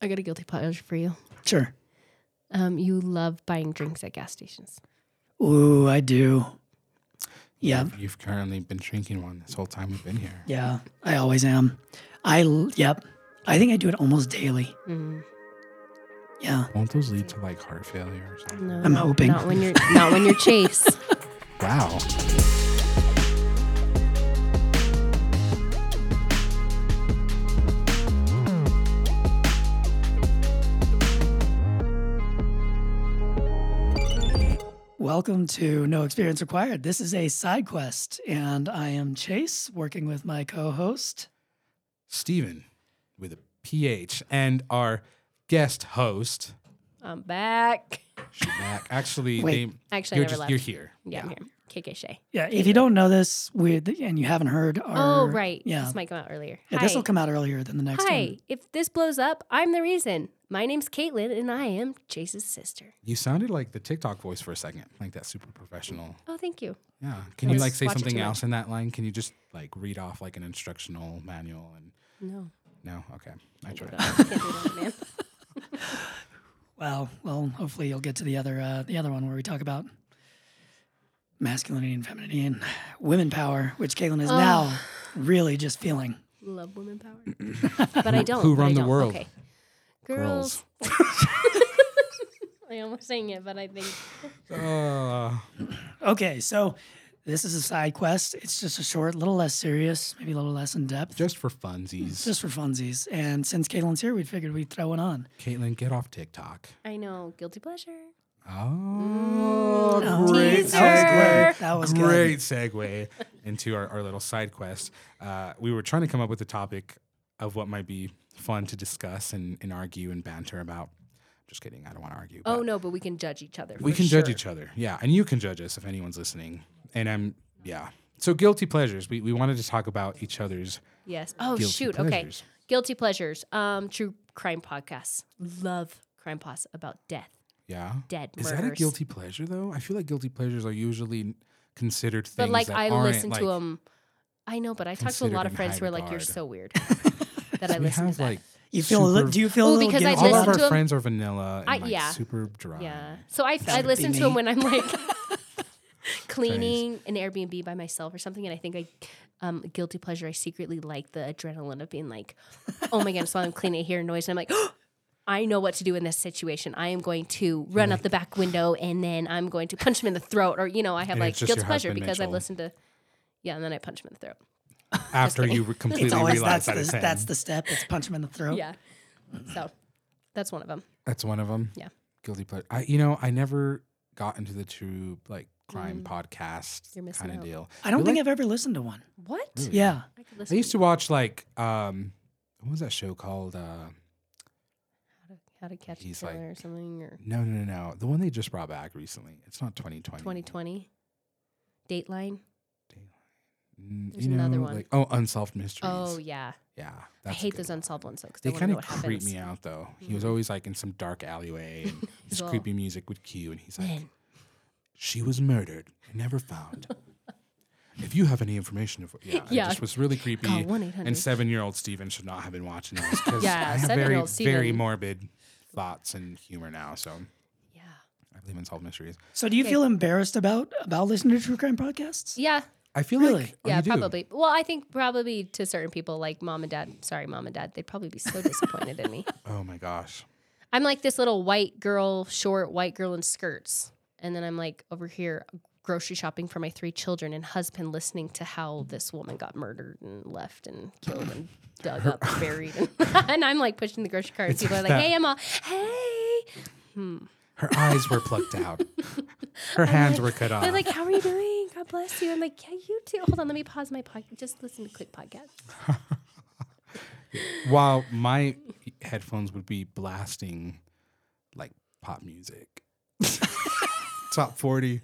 I got a guilty pleasure for you. Sure. Um, you love buying drinks at gas stations. Ooh, I do. Yeah, You've currently been drinking one this whole time we've been here. yeah. I always am. I l- yep. I think I do it almost daily. Mm, Yeah. Won't those lead to like heart failure or something? no, I'm hoping. not when you're not when you're chase. Wow. Welcome to No Experience Required. This is a side quest, and I am Chase, working with my co-host. Steven with a PH and our guest host, I'm back. Shaq. Actually, Wait. they, Actually, I you're, never just, left. you're here. Yeah, I'm here. KK Shay. Yeah. If you don't know this, we and you haven't heard our. Oh right, Yeah. this might come out earlier. Yeah, Hi. this will come out earlier than the next Hi. one. If this blows up, I'm the reason. My name's Caitlin, and I am Chase's sister. You sounded like the TikTok voice for a second, like that super professional. Oh, thank you. Yeah. Can you Let's like say watch it something tonight. else in that line? Can you just like read off like an instructional manual and No, no? Okay. I tried. God, I can't do that, man. Well, well, hopefully you'll get to the other uh, the other one where we talk about masculinity and femininity and women power, which Caitlin is now really just feeling. Love women power, but I don't. who but I run the don't. world? Okay. Girls. Girls. I almost sang it, but I think Uh, Okay, so this is a side quest. It's just a short, little less serious, maybe a little less in depth, just for funsies. just for funsies. And since Caitlin's here, we figured we'd throw one on. Caitlin, get off TikTok. I know. Guilty pleasure. Mm. Oh, Teaser. That That was good. great segue into our, our little side quest. Uh, we were trying to come up with a topic of what might be fun to discuss and, and argue and banter about. Just kidding. I don't want to argue. Oh but no, but we can judge each other. we for can judge sure. each other. Yeah. And you can judge us if anyone's listening. And I'm, yeah. So guilty pleasures. We, we wanted to talk about each other's. Yes. Oh Guilty shoot. pleasures. Okay. Guilty pleasures. Um, true crime podcasts. Love crime podcasts about death, Yeah. dead Is murders. that a guilty pleasure though? I feel like guilty pleasures are usually considered things. But like, that I aren't, listen like, to them. I know, but I talk to a considered lot of in friends high who are like, "You're regard. so weird." that I We listen to have that. like You feel? a li- super- do you feel? Ooh, a little because I guilty? all of listen our to 'em. friends are vanilla and I- like yeah. super dry. yeah. So I, I would be listen to me. them when I'm like cleaning an Airbnb by myself or something, and I think I. Um, guilty pleasure. I secretly like the adrenaline of being like, "Oh my goodness!" While I'm cleaning, I hear a noise, and I'm like, "I know what to do in this situation. I am going to Mm-hmm. run up the back window, and then I'm going to punch him in the throat." Or you know, I have And like it's just guilty your pleasure husband, because I've Mitchell. listened to, yeah, and then I punch him in the throat. After you re- completely It's always realize that's that it's the him. that's the step. It's punch him in the Oh. throat. Yeah, so that's one of them. That's one of them. Yeah. Guilty pleasure. I you know I never got into the true like crime podcast Mm. You're missing kind of out. deal. I don't You think like- I've ever listened to one. What? Really? Yeah. I could I listen used to watch like um what was that show called? Uh, how to, how to catch a He's like- killer or something or no no no no the one they just brought back recently. It's not 2020. 2020 Dateline. Mm, There's you know, another one. Like, oh, unsolved mysteries. Oh yeah, yeah. I that's a hate good those one. unsolved ones though because They kind of of creep me out though. He was always like in some dark alleyway and his Mm. He's all- creepy music would cue and he's like, Man. She was murdered and never found. if you have any information of yeah, Yeah. it just was really creepy. Call 1-800. and seven year old Steven should not have been watching this because Yeah, I have very, seven-year-old very Steven. morbid thoughts and humor now. So Yeah, I believe in solved mysteries. So do you Okay. feel embarrassed about about listening to true crime podcasts? yeah, I feel Really? like oh, yeah. you do? Probably. Well, I think probably to certain people like mom and dad. Sorry, mom and dad. They'd probably be so disappointed in me. Oh my gosh. I'm like this little white girl, short white girl in skirts, and then I'm like over here grocery shopping for my three children and husband listening to how this woman got murdered and left and killed and dug up and buried and, and I'm like pushing the grocery cart and people are like, that- "Hey Emma, hey." Her eyes were plucked out. Her hands were cut off. They're like, "How are you doing? God bless you." I'm like, "Yeah, you too." Hold on, let me pause my podcast. Just listen to quick podcast. While my headphones would be blasting like pop music. Top 40.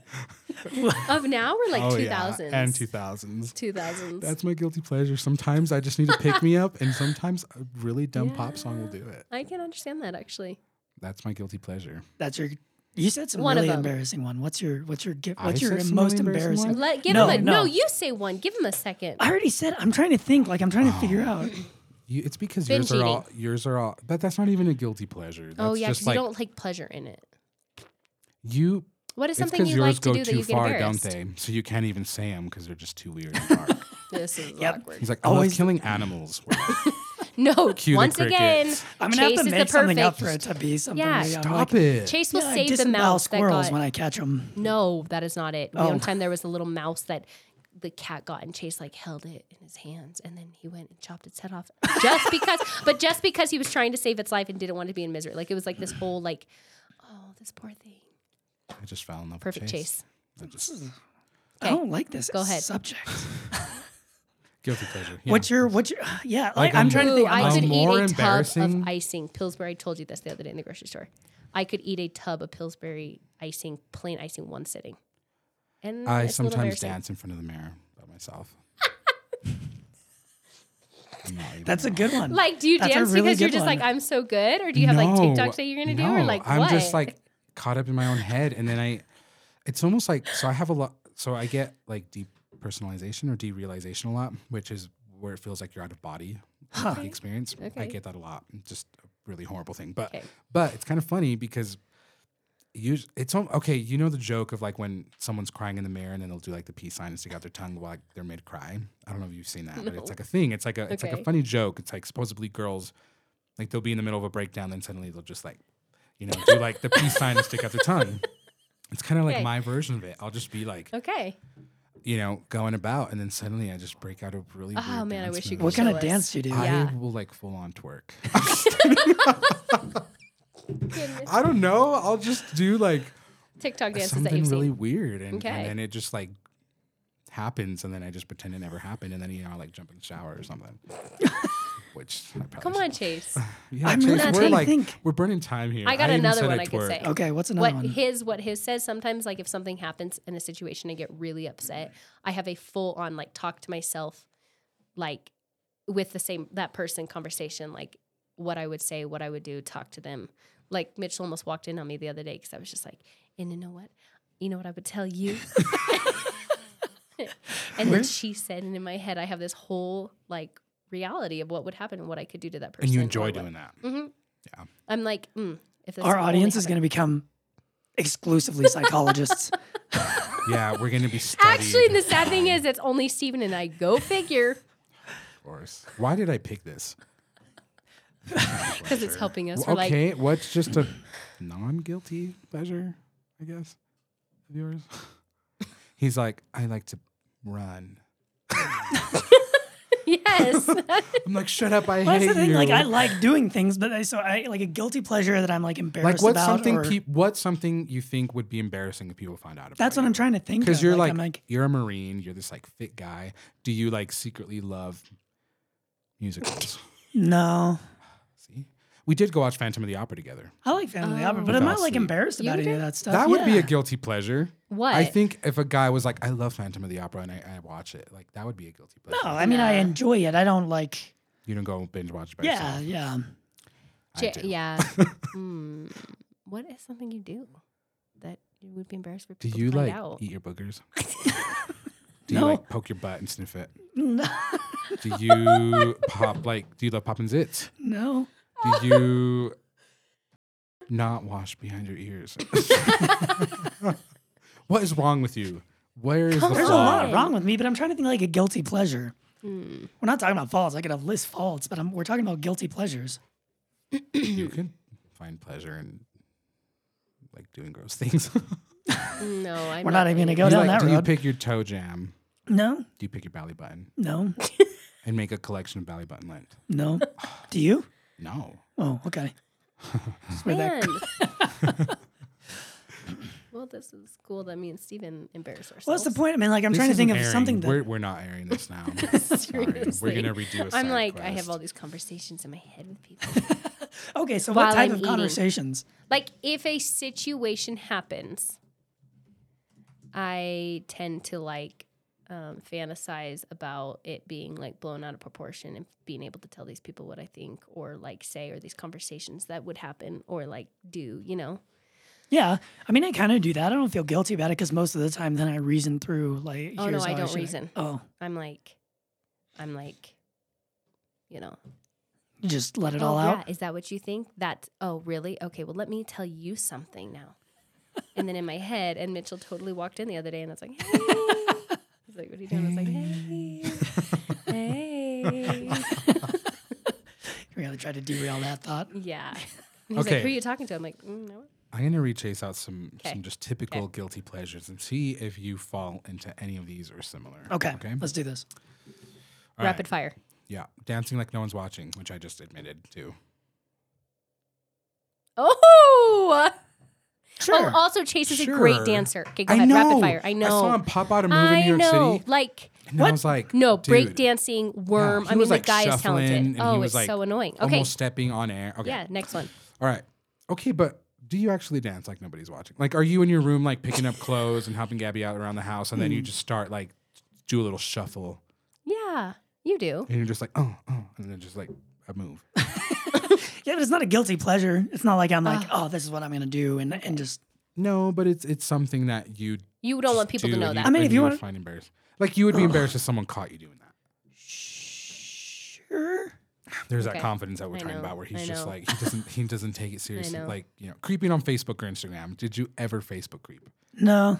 Of now, we're like Oh, two yeah, thousands And 2000s. 2000s. That's my guilty pleasure. Sometimes I just need to pick me up, and sometimes a really dumb pop song will do it. I can understand that actually. That's my guilty pleasure. That's your. You said some One of really them. embarrassing one. What's your what's your gi- I what's your said some most really embarrassing embarrassing? one? Let give No, him a no. no. You say one. Give him a second. I already said I'm trying to think. Like I'm trying to figure out. You, it's because Binge yours are all yours are all. But that's not even a guilty pleasure. That's oh yeah, just because like you don't like pleasure in it. you What is It's something because you yours like to go do that too you get far, don't embarrassed? they? So you can't even say them because they're just too weird and dark. This is Yep. awkward. He's like, I Always love the- killing animals. No, Cue the once crickets. again, I'm Chase gonna have to is make the something up for it perfect. to be something. Yeah. where I'm Stop like, it. Chase will "Yeah, I save the disembowel mouse that squirrels got. when I catch them. no, that is not it. Oh. One time there was a little mouse that the cat got, and Chase like held it in his hands, and then he went and chopped its head off just because. but just because he was trying to save its life and didn't want it to be in misery, like it was like this whole like, oh, this poor thing. I just fell in love. Perfect with Chase. Chase. I just- I Okay. don't like this Go ahead. subject. guilty pleasure. Yeah. What's your what's your yeah? Like, Like, I'm um, trying to Ooh, think. I'm I like, could A more eat a tub embarrassing- of icing Pillsbury. I told you this the other day in the grocery store. I could eat a tub of Pillsbury icing, plain icing, one sitting. And I it's a little sometimes embarrassing. dance in front of the mirror by myself. I'm not even that's a wrong. good one. Like, do you That's a dance really because you're good just like, one. I'm so good? Or do you have like No, TikToks that you're going to do? Or no, like, I'm what? just like caught up in my own head, and then I, it's almost like so I have a lot. So I get like depersonalization or derealization a lot, which is where it feels like you're out of body like, Okay. experience. I Okay. get that a lot. It's Just a really horrible thing, but Okay. but it's kind of funny because. You, it's al- okay. You know the joke of like when someone's crying in the mirror and then they'll do like the peace sign and stick out their tongue while like they're mid cry. I don't know if you've seen that, but No. it's like a thing. It's like a it's like Okay. a funny joke. It's like supposedly girls like they'll be in the middle of a breakdown, then suddenly they'll just like, you know, do like the peace sign and stick out their tongue. It's kind of like Okay. my version of it. I'll just be like, okay. you know, going about, and then suddenly I just break out a really. Oh, weird man, I dance wish you move. could what kind show of us. dance do you do? I Yeah. will like full on twerk. I don't know. I'll just do like TikTok dances that something you've really seen. weird, and, Okay. and then it just like happens, and then I just pretend it never happened, and then you know I like jump in the shower or something. Which I probably Come on, Chase. should- yeah, I'm Chase, really we're trying to like think. we're burning time here. I got even another said one I could twerk. say. Okay, what's another What one? his what his says sometimes like if something happens in a situation I get really upset, I have a full on like talk to myself like with the same that person conversation like what I would say, what I would do, talk to them. Like Mitchell almost walked in on me the other day because I was just like, and you know what? You know what I would tell you? and then Where- she said, and in my head I have this whole like reality of what would happen and what I could do to that person. And you enjoy doing that. hmm Yeah. I'm like, mm, if this Our audience is going to become exclusively psychologists. Yeah, we're gonna be studied. Actually, the sad thing is, it's only Steven and I. Go figure, of course. Why did I pick this? because it's helping us. We're like, okay, what's just a non-guilty pleasure, I guess, of yours? He's like, I like to run. yes, I'm like, shut up! I Well, hate that's the thing. you. Like I like doing things, but I so I like a guilty pleasure that I'm like embarrassed Like, what's about. something or- peop what's something you think would be embarrassing if people find out about? that's what I'm trying to think. Because of. you're like, I'm like you're a marine. You're this like fit guy. Do you like secretly love musicals? no, See, we did go watch Phantom of the Opera together. I like Phantom of the Opera, Oh. but I'm not like Obviously. embarrassed You about any do? of that stuff. That would be Yeah. a guilty pleasure. what? I think if a guy was like, I love Phantom of the Opera and I, I watch it, like that would be a guilty pleasure. No, I mean I Nah. enjoy it. I don't like. you don't go binge watch it by Yeah, yourself. yeah. I J- do. yeah. Hmm. What is something you do that you would be embarrassed for Do people you to find like out? eat your boogers? do No. you like poke your butt and sniff it? No, Do you pop like do you love popping zits? no. Do you not wash behind your ears? what is wrong with you? Where is Come the There's a on. flaw? lot wrong with me, but I'm trying to think like a guilty pleasure. Hmm. We're not talking about faults. I could have list faults, but I'm, we're talking about guilty pleasures. You can find pleasure in like doing gross things. No, I'm We're not even gonna doing go You, down like, that do you road. pick your toe jam? no, Do you pick your belly button? no, and make a collection of belly button lint. no. Do you? No. Oh, okay. Just where that- that. well, this is cool. That me and Steven embarrass ourselves. What's the point? I mean, like I'm This trying to think isn't of airing. something that we're, we're not airing this now. Sorry. We're Seriously. gonna redo a I'm side like, I quest. have all these conversations in my head with people. Okay, so While what type I'm of eating. conversations? like if a situation happens i tend to like um, fantasize about it being like blown out of proportion and being able to tell these people what i think or like say or these conversations that would happen or like do you know Yeah, I mean, I kind of do that. I don't feel guilty about it because most of the time, then I reason through like. Oh, no, here's I how don't should- reason. Oh, i'm like i'm like you know You just let it oh, all yeah. out. Is that what you think? That's, oh, really? Okay, well, let me tell you something now. and then in my head, and Mitchell totally walked in the other day and I was like, hey. He's like, what are you doing? I was like, hey. hey. You really tried to derail that thought. yeah. And he's Okay. like, who are you talking to? I'm like, mm, no one. I'm gonna re-chase out some Okay. some just typical guilty pleasures and see if you fall into any of these or similar. Okay, Okay. let's do this. All Rapid right. fire. Yeah. Dancing like no one's watching, which I just admitted to. Oh! Sure. Oh, also, Chase is a great Sure. dancer. Okay, go I ahead. know. Rapid fire. I know. I saw him pop out a move in New York know. City, Like, and I was like, no, break dude. dancing, Yeah, worm. he I mean, was, the like, guy is shuffling, talented. and he Oh, was, it's like, so annoying. Okay. Almost stepping on air. Okay. Yeah, next one. All right. Okay, but do you actually dance like nobody's watching? Like, are you in your room like picking up clothes and helping Gabby out around the house, and then Hmm. you just start like do a little shuffle, Yeah, you do. and you're just like, oh, oh, and then just like a move. Yeah, but it's not a guilty pleasure. It's not like I'm like, oh, this is what I'm gonna do, and and just No, but it's it's something that you You don't want people to know that. I mean, if you would wanna- find embarrassed, like you would be embarrassed if someone caught you doing that. sure. There's Okay. that confidence that we're I talking know, about, where I he's just know. like he doesn't he doesn't take it seriously. know. Like you know, creeping on Facebook or Instagram. Did you ever Facebook creep? No,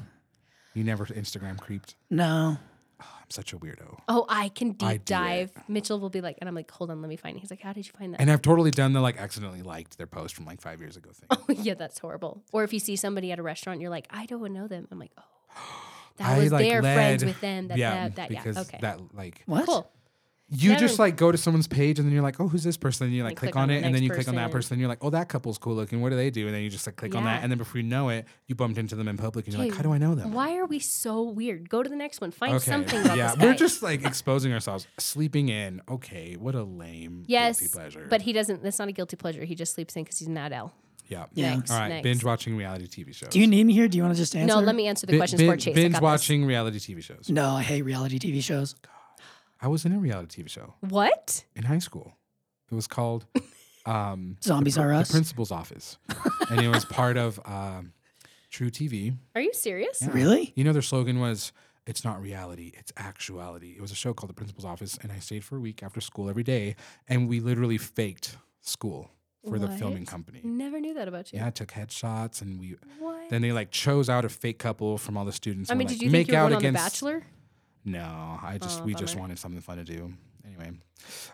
You never Instagram creeped. no. I'm such a weirdo. Oh, I can deep I do it. dive. Mitchell will be like, and I'm like, hold on, let me find it. He's like, how did you find that? And I've totally done the like accidentally liked their post from like five years ago thing. yeah, that's horrible. Or if you see somebody at a restaurant, you're like, I don't know them. I'm like, oh, that I, was like, their friends led- with them. That, yeah, that, that, because yeah. Okay, that like What? cool. you Never- just like go to someone's page and then you're like, oh, who's this person? And you like You click, click on on the it and next then you click on that person. person. And you're like, oh, that couple's cool looking. What do they do? And then you just like click on Yeah. that. And then before you know it, you bumped into them in public and you're Dude, like, how do I know them? Why are we so weird? Go to the next one. Find Okay. something about yeah, this guy. we're just like exposing ourselves, sleeping in. Okay, what a lame guilty yes, pleasure. but he doesn't. That's not a guilty pleasure. He just sleeps in because he's an adult. yeah, Yeah. Next, All right, next. binge watching reality TV shows. Do you need me here? Do you want to just answer? No, let me answer the Bi- questions bin- for Chase. I binge got this. watching reality TV shows? No, I hate reality TV shows. I was in a reality TV show. What? in high school. It was called um, Zombies the, are pr- us. the principal's office, and it was part of um, True TV. Are you serious? Really? You know, their slogan was "It's not reality, it's actuality." It was a show called The Principal's Office, and I stayed for a week after school every day, and we literally faked school for the filming What? company. Never knew that about you. Yeah, I took headshots, and we What? then they like chose out a fake couple from all the students. I and mean, were like, did you make think you were out going on The against Bachelor? no, I just Oh, we just bummer. wanted something fun to do. Anyway,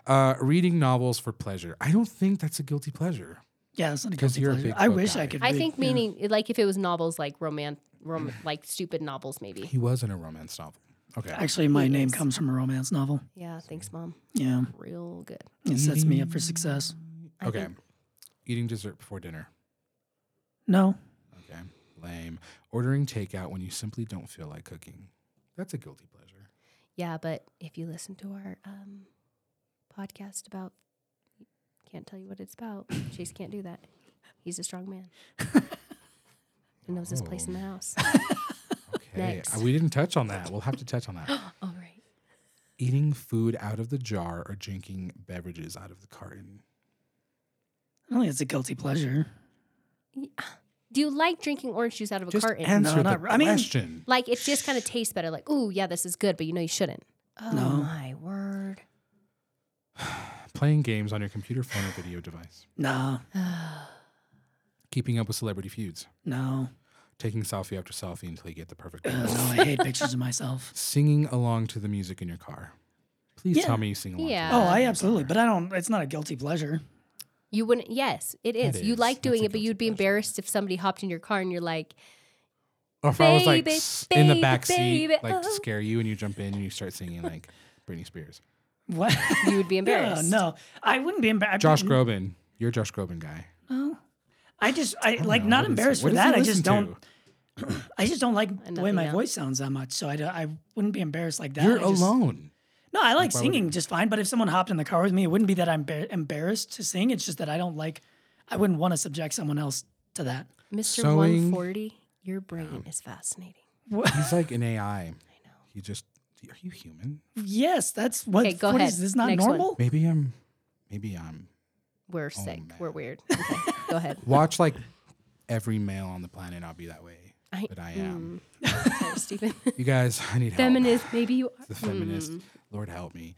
uh, reading novels for pleasure. I don't think that's a guilty pleasure. Yeah, it's not a 'Cause guilty you're a pleasure. big I book wish I guy. could. I read, think yeah. meaning like if it was novels like romance, rom- like stupid novels maybe. Mm. He was in a romance novel. Okay. Actually, my name Yes. comes from a romance novel. Yeah, thanks, mom. Yeah, Real good. it sets me Mm. up for success. I Okay. think- Eating dessert before dinner. No, Okay. Lame. Ordering takeout when you simply don't feel like cooking. That's a guilty pleasure. yeah, but if you listen to our um, podcast about, can't tell you what it's about. Chase can't do that. He's a strong man. he knows his place in the house. Okay. Next. Uh, We didn't touch on that. We'll have to touch on that. All right. Eating food out of the jar or drinking beverages out of the carton. I don't think it's a guilty pleasure. Do you like drinking orange juice out of a Just carton? No, answer the not- I mean- question. Like it just kind of tastes better. Like, ooh, yeah, this is good, but you know you shouldn't. Oh No. my word. Playing games on your computer, phone, or video device. No, Keeping up with celebrity feuds. no, Taking selfie after selfie until you get the perfect Uh, one. no. I hate pictures of myself. Singing along to the music in your car. Please Yeah. tell me you sing along. to Yeah. the Oh, music in I your absolutely, car. but I don't. It's not a guilty pleasure. You wouldn't. Yes, it is. That You is. like That's doing a it, but guilty you'd be pleasure. embarrassed if somebody hopped in your car and you're like, Or if I was like Baby, s- in the baby, back baby, seat, like to oh. scare you, and you jump in and you start singing like Britney Spears. What? you would be no, embarrassed. no, I wouldn't be embarrassed. Josh Groban, you're a Josh Groban guy. I just, I, I don't like, know, not Oh, what is- embarrassed what for does he that. I just listen don't. to? I just don't like the way nothing my else. voice sounds that much, so I, don't- I wouldn't be embarrassed like that. You're I just- alone. No, I like why would singing just fine. But if someone hopped in the car with me, it wouldn't be that I'm embar- embarrassed to sing. It's just that I don't like. I wouldn't want to subject someone else to that. Mister Sewing. 140, your brain is fascinating. He's like an AI. I know. He just. Are you human? Yes, that's what. Okay, go what ahead. is this? Not Next one. normal. Maybe I'm. Maybe I'm. We're sick. Oh, man. We're weird. Okay, go ahead. Watch like every male on the planet. I'll be that way. I- But I am. Mm. Sorry, Stephen. You guys, I need help. Feminist. Maybe you are. Mm-hmm. The feminist. Lord help me.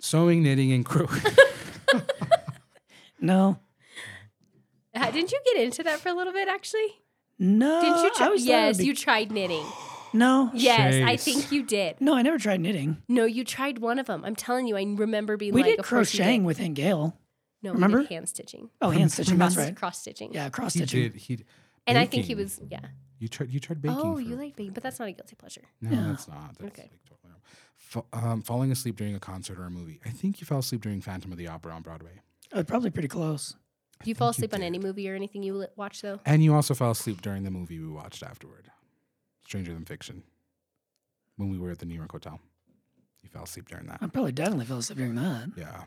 Sewing, knitting, and crochet. No. Ha- Hmm. Didn't you get into that for a little bit actually? No. Didn't Uh, you? I Try- always thought it would yes, be- you tried knitting. No. Yes, I Shades. think you did. No, I never tried knitting. No, you tried one of them. I'm telling you, I remember being we like, did of course you crocheting with Aunt Gail. No, Remember? we did hand stitching, Oh, hand stitching. That's right. cross stitching. Yeah, cross He stitching. did. He d- and I think he baking. was. Yeah. You tried. You tried baking. oh, you for- like baking, but that's not a guilty pleasure. No, Yeah. that's not. That's Okay. like totally wrong. Fa- um, falling asleep during a concert or a movie. I think you fell asleep during Phantom of the Opera on Broadway. Oh, probably pretty close. Do you fall think you asleep on did. any movie or anything you li- watch though? And you also fell asleep during the movie we watched afterward, Stranger Than Fiction, when we were at the New York Hotel. You fell asleep during that. Oh. I probably definitely fell asleep during that. Yeah.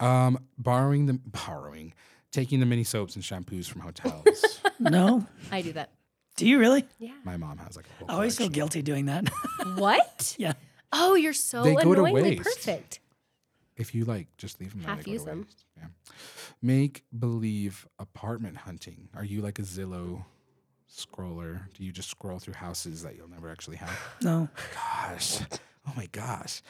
Um, borrowing the borrowing, taking the mini soaps and shampoos from hotels. no. I do that. Do you really? Yeah. My mom has like. A whole I always feel collection. guilty doing that. What? yeah. Oh, you're so They go to annoyingly waste. perfect. If you like, just leave them. there, Half they go use to them. waste. Yeah. Make believe apartment hunting. Are you like a Zillow scroller? Do you just scroll through houses that you'll never actually have? No. gosh. Oh my gosh.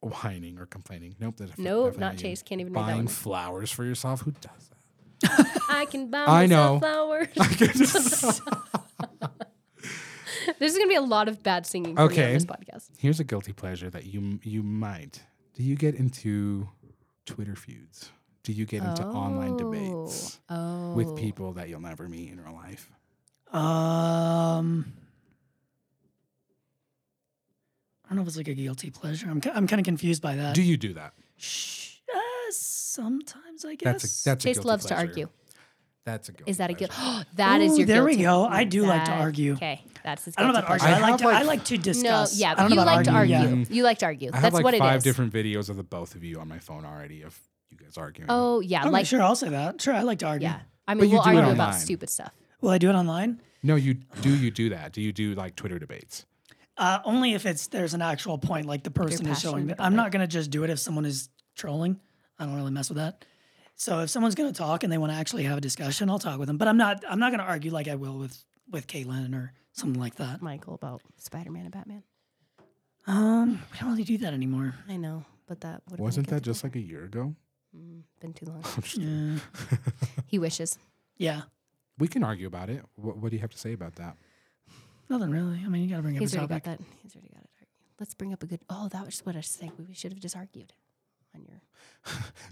Whining or complaining. Nope. That's Nope, definitely not you. Chase. Can't even read that Buying one. flowers for yourself. Who does that? I can buy I know. myself flowers. There's going to be a lot of bad singing for me Okay. on this podcast. Here's a guilty pleasure that you you might. Do you get into Twitter feuds? Do you get into online debates Oh. with people that you'll never meet in real life? Um. I don't know if it's like a guilty pleasure. I'm, ki- I'm kind of confused by that. Do you do that? Sh- uh, sometimes I guess. That's a, that's a Chase guilty loves to pleasure. argue. That's a guilty. Is that a guilt? pleasure. that is Ooh, your there we guilty. go. I do like to That- argue. Okay. That's his I don't know about guilty argue. I, I like have, to I like- like to pleasure. discuss. No, yeah, I don't but you know about like to arguing, argue. yeah. You like to argue. I have That's like what it is. five different videos of the both of you on my phone already of you guys arguing. Oh, yeah. Okay, like, sure, I'll say that. Sure, I like to argue. yeah. I But mean, you we'll do it argue about online. stupid stuff. Will I do it online? No, you do you do that? Do you do like Twitter debates? Uh, only if it's there's an actual point, like the person is showing. passionate that- I'm not gonna just do it if someone is trolling. I don't really mess with that. So if someone's gonna talk and they want to actually have a discussion, I'll talk with them. But I'm not. I'm not gonna argue like I will with with Caitlin or something like that. Michael about Spider Man and Batman. Um, we don't really do that anymore. I know, but that would Wasn't that just like a year ago? been too long? I'm just- Yeah. he wishes. yeah, we can argue about it. What, what do you have to say about that? nothing really. I mean, you gotta bring up He's a already topic. got that. He's already got it. Let's bring up a good. Oh, that was what I was saying. We should have just argued on your.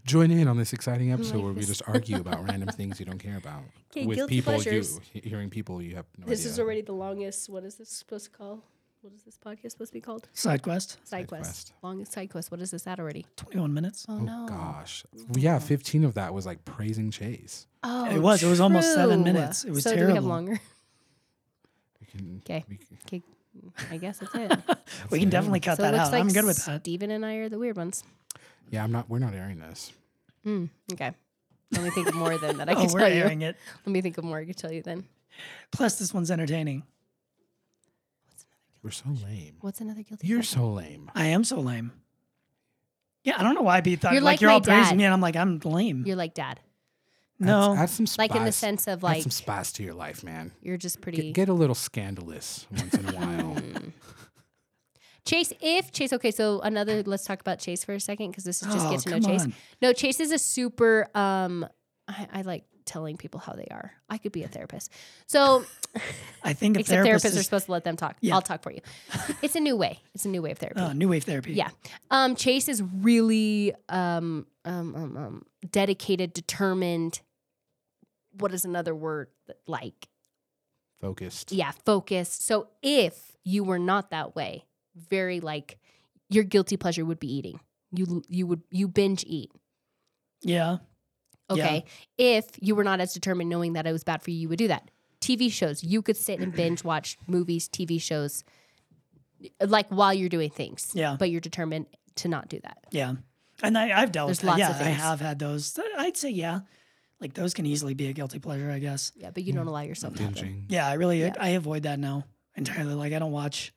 Join in on this exciting episode like where we this. just argue about random things you don't care about Okay, with guilty people pleasures. you he- hearing people you have no idea. the longest. What is this supposed to call? What is this podcast supposed to be called? Side quest. Side quest. quest. Longest side quest. What is this at already? Twenty-one minutes. Oh, Oh no. gosh, yeah, fifteen of that was like praising Chase. Oh, It was- it was almost seven true. minutes. It was so Do we have terrible. longer? We can, 'Kay. we can- Okay, I guess that's it. We can definitely cut so it that looks out. like I'm good with that. Steven and I are the weird ones. Yeah, I'm not. We're not airing this. Mm, okay. Let me think of more then that I can Oh, we're tell you. airing it. Let me think of more I can tell you then. Plus, this one's entertaining. We're so lame. What's another guilty? You're pleasure? so lame. I am so lame. Yeah, I don't know why Be thought You're like, like you're my all praising dad. me, and I'm like I'm lame. You're like dad. no, add, add some spice. Like in the sense of add like some spice to your life, man. you're just pretty. mm. Get, get a little scandalous once in a while. Chase, if Chase, okay, so another. Let's talk about Chase for a second because this is just Oh, get to know come Chase. on. No, Chase is a super. Um, I, I like telling people how they are. I could be a therapist. So I think a except therapist therapists are is supposed to let them talk. Yeah. I'll talk for you. It's a new way. It's a new way of therapy. uh, new wave therapy. Yeah. Um, Chase is really um, um, um, um, dedicated, determined. What is another word? that- Like, Focused. yeah, focused. So if you were not that way, very like your guilty pleasure would be eating. You you would you binge eat. yeah. Yeah. Okay. If you were not as determined, knowing that it was bad for you, you would do that. TV shows, you could sit and binge watch movies, TV shows, like while you're doing things. Yeah. But you're determined to not do that. Yeah. And I, I've dealt There's with that. lots Yeah, of I things. have had those. I'd say yeah, like those can easily be a guilty pleasure, I guess. Yeah, but you don't allow yourself to have them. Binging. Yeah, I really I avoid that now entirely. Like I don't watch.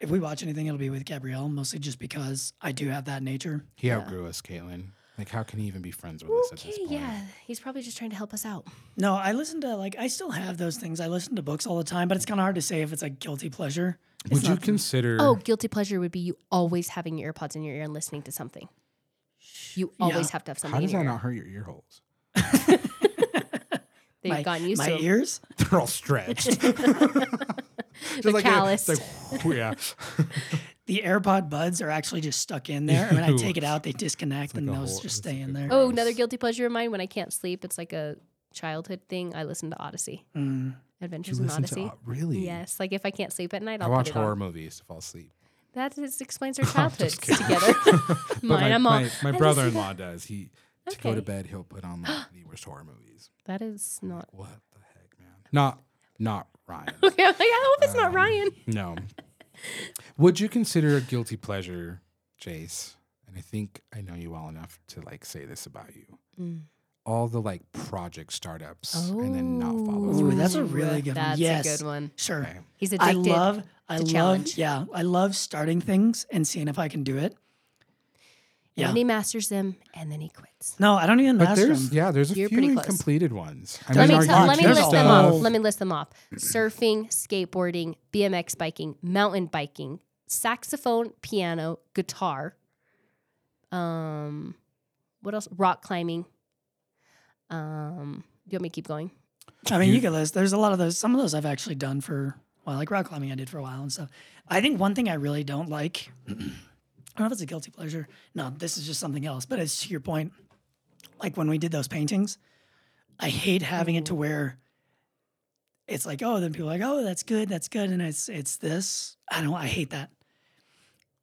If we watch anything, it'll be with Gabrielle, mostly just because I do have that nature. He outgrew us, Caitlin. Like, how can he even be friends with us at Okay, this point? yeah. He's probably just trying to help us out. No, I listen to like I still have those things. I listen to books all the time, but it's kind of hard to say if it's a guilty pleasure. It's Would you not- consider? Oh, guilty pleasure would be you always having your AirPods in your ear and listening to something. You always have to have How something does in that your not hurt your ear holes? They've my, gotten used my to it. ears. They're all stretched. Just The like a- callus. it's like, yeah. The AirPod buds are actually just stuck in there. and When I Ew. take it out, they disconnect like and a those whole- just it's like stay in a- there. Oh, another Gross. guilty pleasure of mine when I can't sleep. It's like a childhood thing. I listen to Odyssey, Mm. You Adventures in listen Odyssey. to really? Yes, like if I can't sleep at night, I I'll watch put it horror on. movies to fall asleep. That is, explains our I'm childhoods just together. But Mine, my, I'm all. my, my "I brother-in-law does. He to go Okay. to bed, he'll put on like the worst horror movies. That is not. What the heck, man? Not, not Ryan. Okay, I'm like, I hope it's not Um, Ryan. No. Would you consider a guilty pleasure, Jace? And I think I know you well enough to like say this about you. Mm. All the like project startups and then not Oh. follow Ooh, through. that's a really good one. That's Yes. a good one. Sure. Okay. He's addicted. I love, I love, challenge. yeah, I love starting things and seeing if I can do it. And Yeah. then he masters them, and then he quits. No, I don't even But master there's them. yeah, there's a You're few pretty close. incompleted ones. I Let There's me, our tell, let yacht me there's list them uh, off. stuff. Let me list them off. Surfing, skateboarding, BMX biking, mountain biking, saxophone, piano, guitar. Um, what else? Rock climbing. Um, do you want me to keep going? I mean, you, You- could list. There's a lot of those. Some of those I've actually done for well, like rock climbing, I did for a while and stuff. I think one thing I really don't like. I don't know if it's a guilty pleasure. No, this is just something else. But it's to your point. Like when we did those paintings, I hate having it to where it's like, oh, then people are like, oh, that's good, that's good, and it's it's this. I don't. I hate that.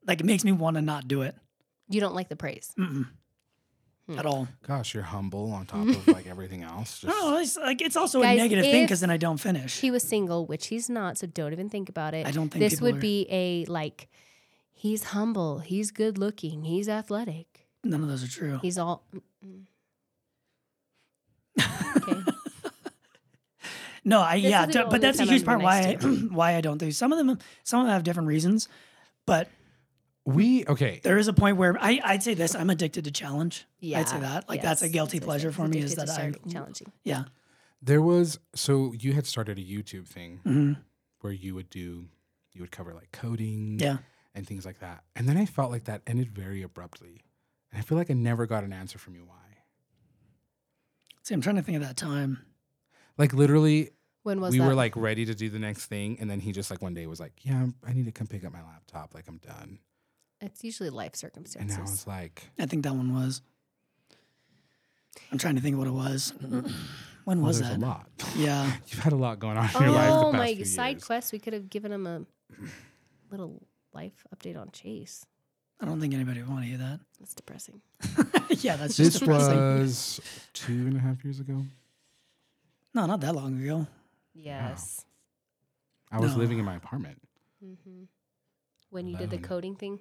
Like it makes me want to not do it You don't like the praise. Mm-mm. Hmm. at all. Gosh, you're humble on top of like everything else. Just, Oh. No, it's like it's also Guys, a negative thing if because then I don't finish. He was single, which he's not, so don't even think about it. I don't think this people would are- be a like. He's humble. He's good looking. He's athletic. None of those are true. He's all. mm, mm. Okay. No, I This yeah, isn't d- the only but that's a time huge I'm part why I, next why I don't do some of them. Some of them have different reasons, but we okay. there is a point where I I'd say this: I'm addicted to challenge. Yeah, I'd say that like that's a yes, guilty yes, yes, pleasure yes. for me is Addicted that to I starting challenging. yeah There was so you had started a YouTube thing Mhm. where you would do you would cover like coding yeah and things like that. And then I felt like that ended very abruptly. And I feel like I never got an answer from you why. See, I'm trying to think of that time. Like literally When was we that? were like ready to do the next thing and then he just like one day was like, "Yeah, I'm, I need to come pick up my laptop, like I'm done." it's usually life And I circumstances. was like, I think that one was. I'm trying to think of what it was. when well, was there's that? a lot. Yeah, You've had a lot going on in your life. Oh the past my few side years. quest! We could have given him a little life update on Chase. I don't think anybody would want to hear that. That's depressing. yeah, that's just This depressing. was two and a half years ago. no, not that long ago. Yes. I was No. living in my apartment. hmm When you did the Alone. coding thing,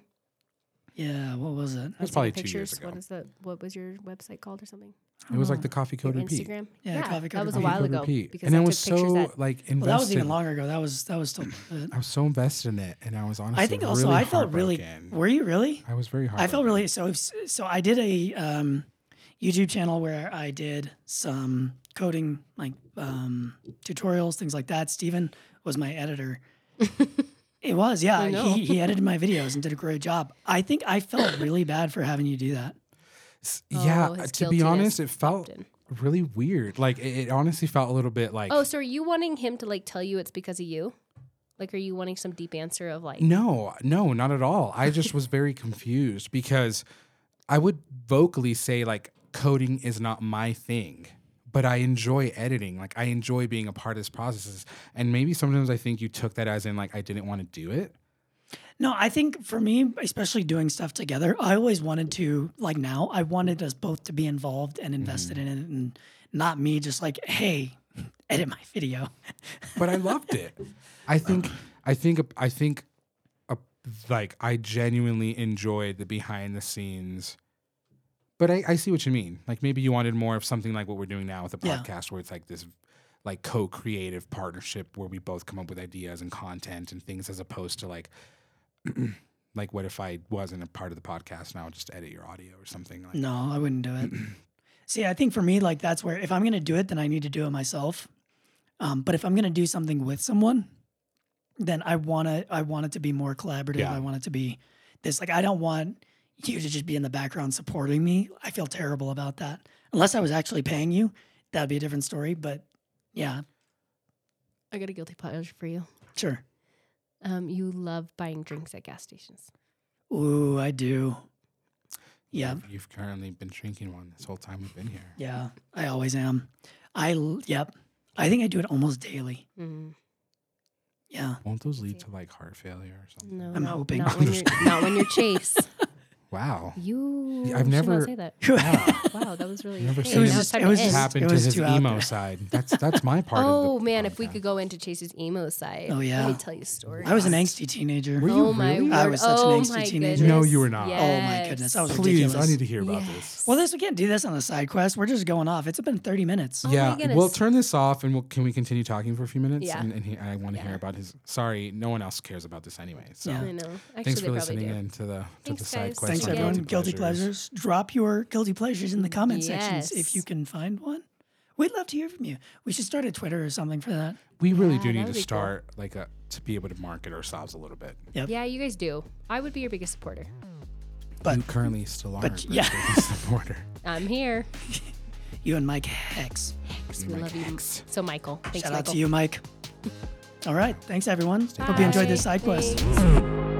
Yeah, what was it? I was probably taking two years pictures. ago. What is that? What was your website called or something? It was Oh. like the coffee Your code repeat. Instagram. Yeah, Coffee that Code was a Repeat. while Code ago Repeat. because and I I took was pictures so at like invested. Well, that was even longer ago. That was that was still. I was so invested in it, and I was honestly. I think also really I felt really. heartbroken. Were you really? I was very hard. I felt really so. If, so I did a um, YouTube channel where I did some coding, like um, tutorials, things like that. Steven was my editor. it was, yeah. I know. He, he edited my videos and did a great job. I think I felt really bad for having you do that. Yeah, Oh, his to be guiltiness honest, it felt in. really weird. Like it, it honestly felt a little bit like. Oh, so are you wanting him to like tell you it's because of you? Like, are you wanting some deep answer of like, No, no, not at all. I just was very confused because I would vocally say like coding is not my thing, but I enjoy editing. Like I enjoy being a part of this process. And maybe sometimes I think you took that as in like I didn't want to do it. No, I think for me, especially doing stuff together, I always wanted to, like now, I wanted us both to be involved and invested Mm-hmm. in it and not me just like, hey, edit my video. but I loved it. I think I think I think uh, like I genuinely enjoyed the behind the scenes. But I, I see what you mean. Like maybe you wanted more of something like what we're doing now with the Yeah. podcast, where it's like this like co-creative partnership where we both come up with ideas and content and things as opposed to like like what if I wasn't a part of the podcast and I'll just edit your audio or something like No, I wouldn't do it. See, I think for me, like that's where if I'm gonna do it, then I need to do it myself. Um, but if I'm gonna do something with someone, then I wanna I want it to be more collaborative. Yeah. I want it to be this like I don't want you to just be in the background supporting me. I feel terrible about that. Unless I was actually paying you, that'd be a different story. But yeah, I got a guilty pleasure for you. sure. Um, you love buying drinks at gas stations. Ooh, I do. Yeah, You've currently been drinking one this whole time we've been here. yeah, I always am. I l- yep. I think I do it almost daily. Mm. Yeah. Won't those lead to like heart failure or something? No, I'm not- hoping. not when you're not when you're Chase. Wow. You. Yeah, I've I've never never- say that. Wow. Wow, that was really. Never okay, seen now it. it's time It to was end. just- Tap into was his too out emo there. side. That's that's my part. Oh of the man, if we podcast. could go into Chase's emo side. Oh, yeah. Let me tell you a story. I was an angsty teenager. Were you oh my really? word. I was such an oh angsty my teenager. goodness. No, you were not. Oh, my Yes. goodness, I was please, I ridiculous. need to hear about this. Yes. Well, this we can't do this on a side quest. We're just going off. It's been 30 minutes. Oh my yeah, goodness. we'll turn this off and we'll can we continue talking for a few minutes? Yeah. And, and he, I want to hear Yeah. about his. Sorry, no one else cares about this anyway. So Yeah. I know. Actually, thanks they for probably listening do. in to the to the Thanks, side guys. quest. Thanks Question on everyone. Guilty pleasures. Drop your guilty pleasures in the comment sections if Yes. you can find one. We'd love to hear from you. We should start a Twitter or something for that. We really Yeah, do that need would to be cool. start like a to be able to market ourselves a little bit. Yeah, you guys do. I would be your biggest supporter. But- you currently still are, but but yeah. you're the supporter. I'm here. You and Mike Hex. Hex, we love you. So, Michael. Thanks, Shout Michael. out to you, Mike. All right. Thanks, everyone. Hope you enjoyed this side quest. Thanks.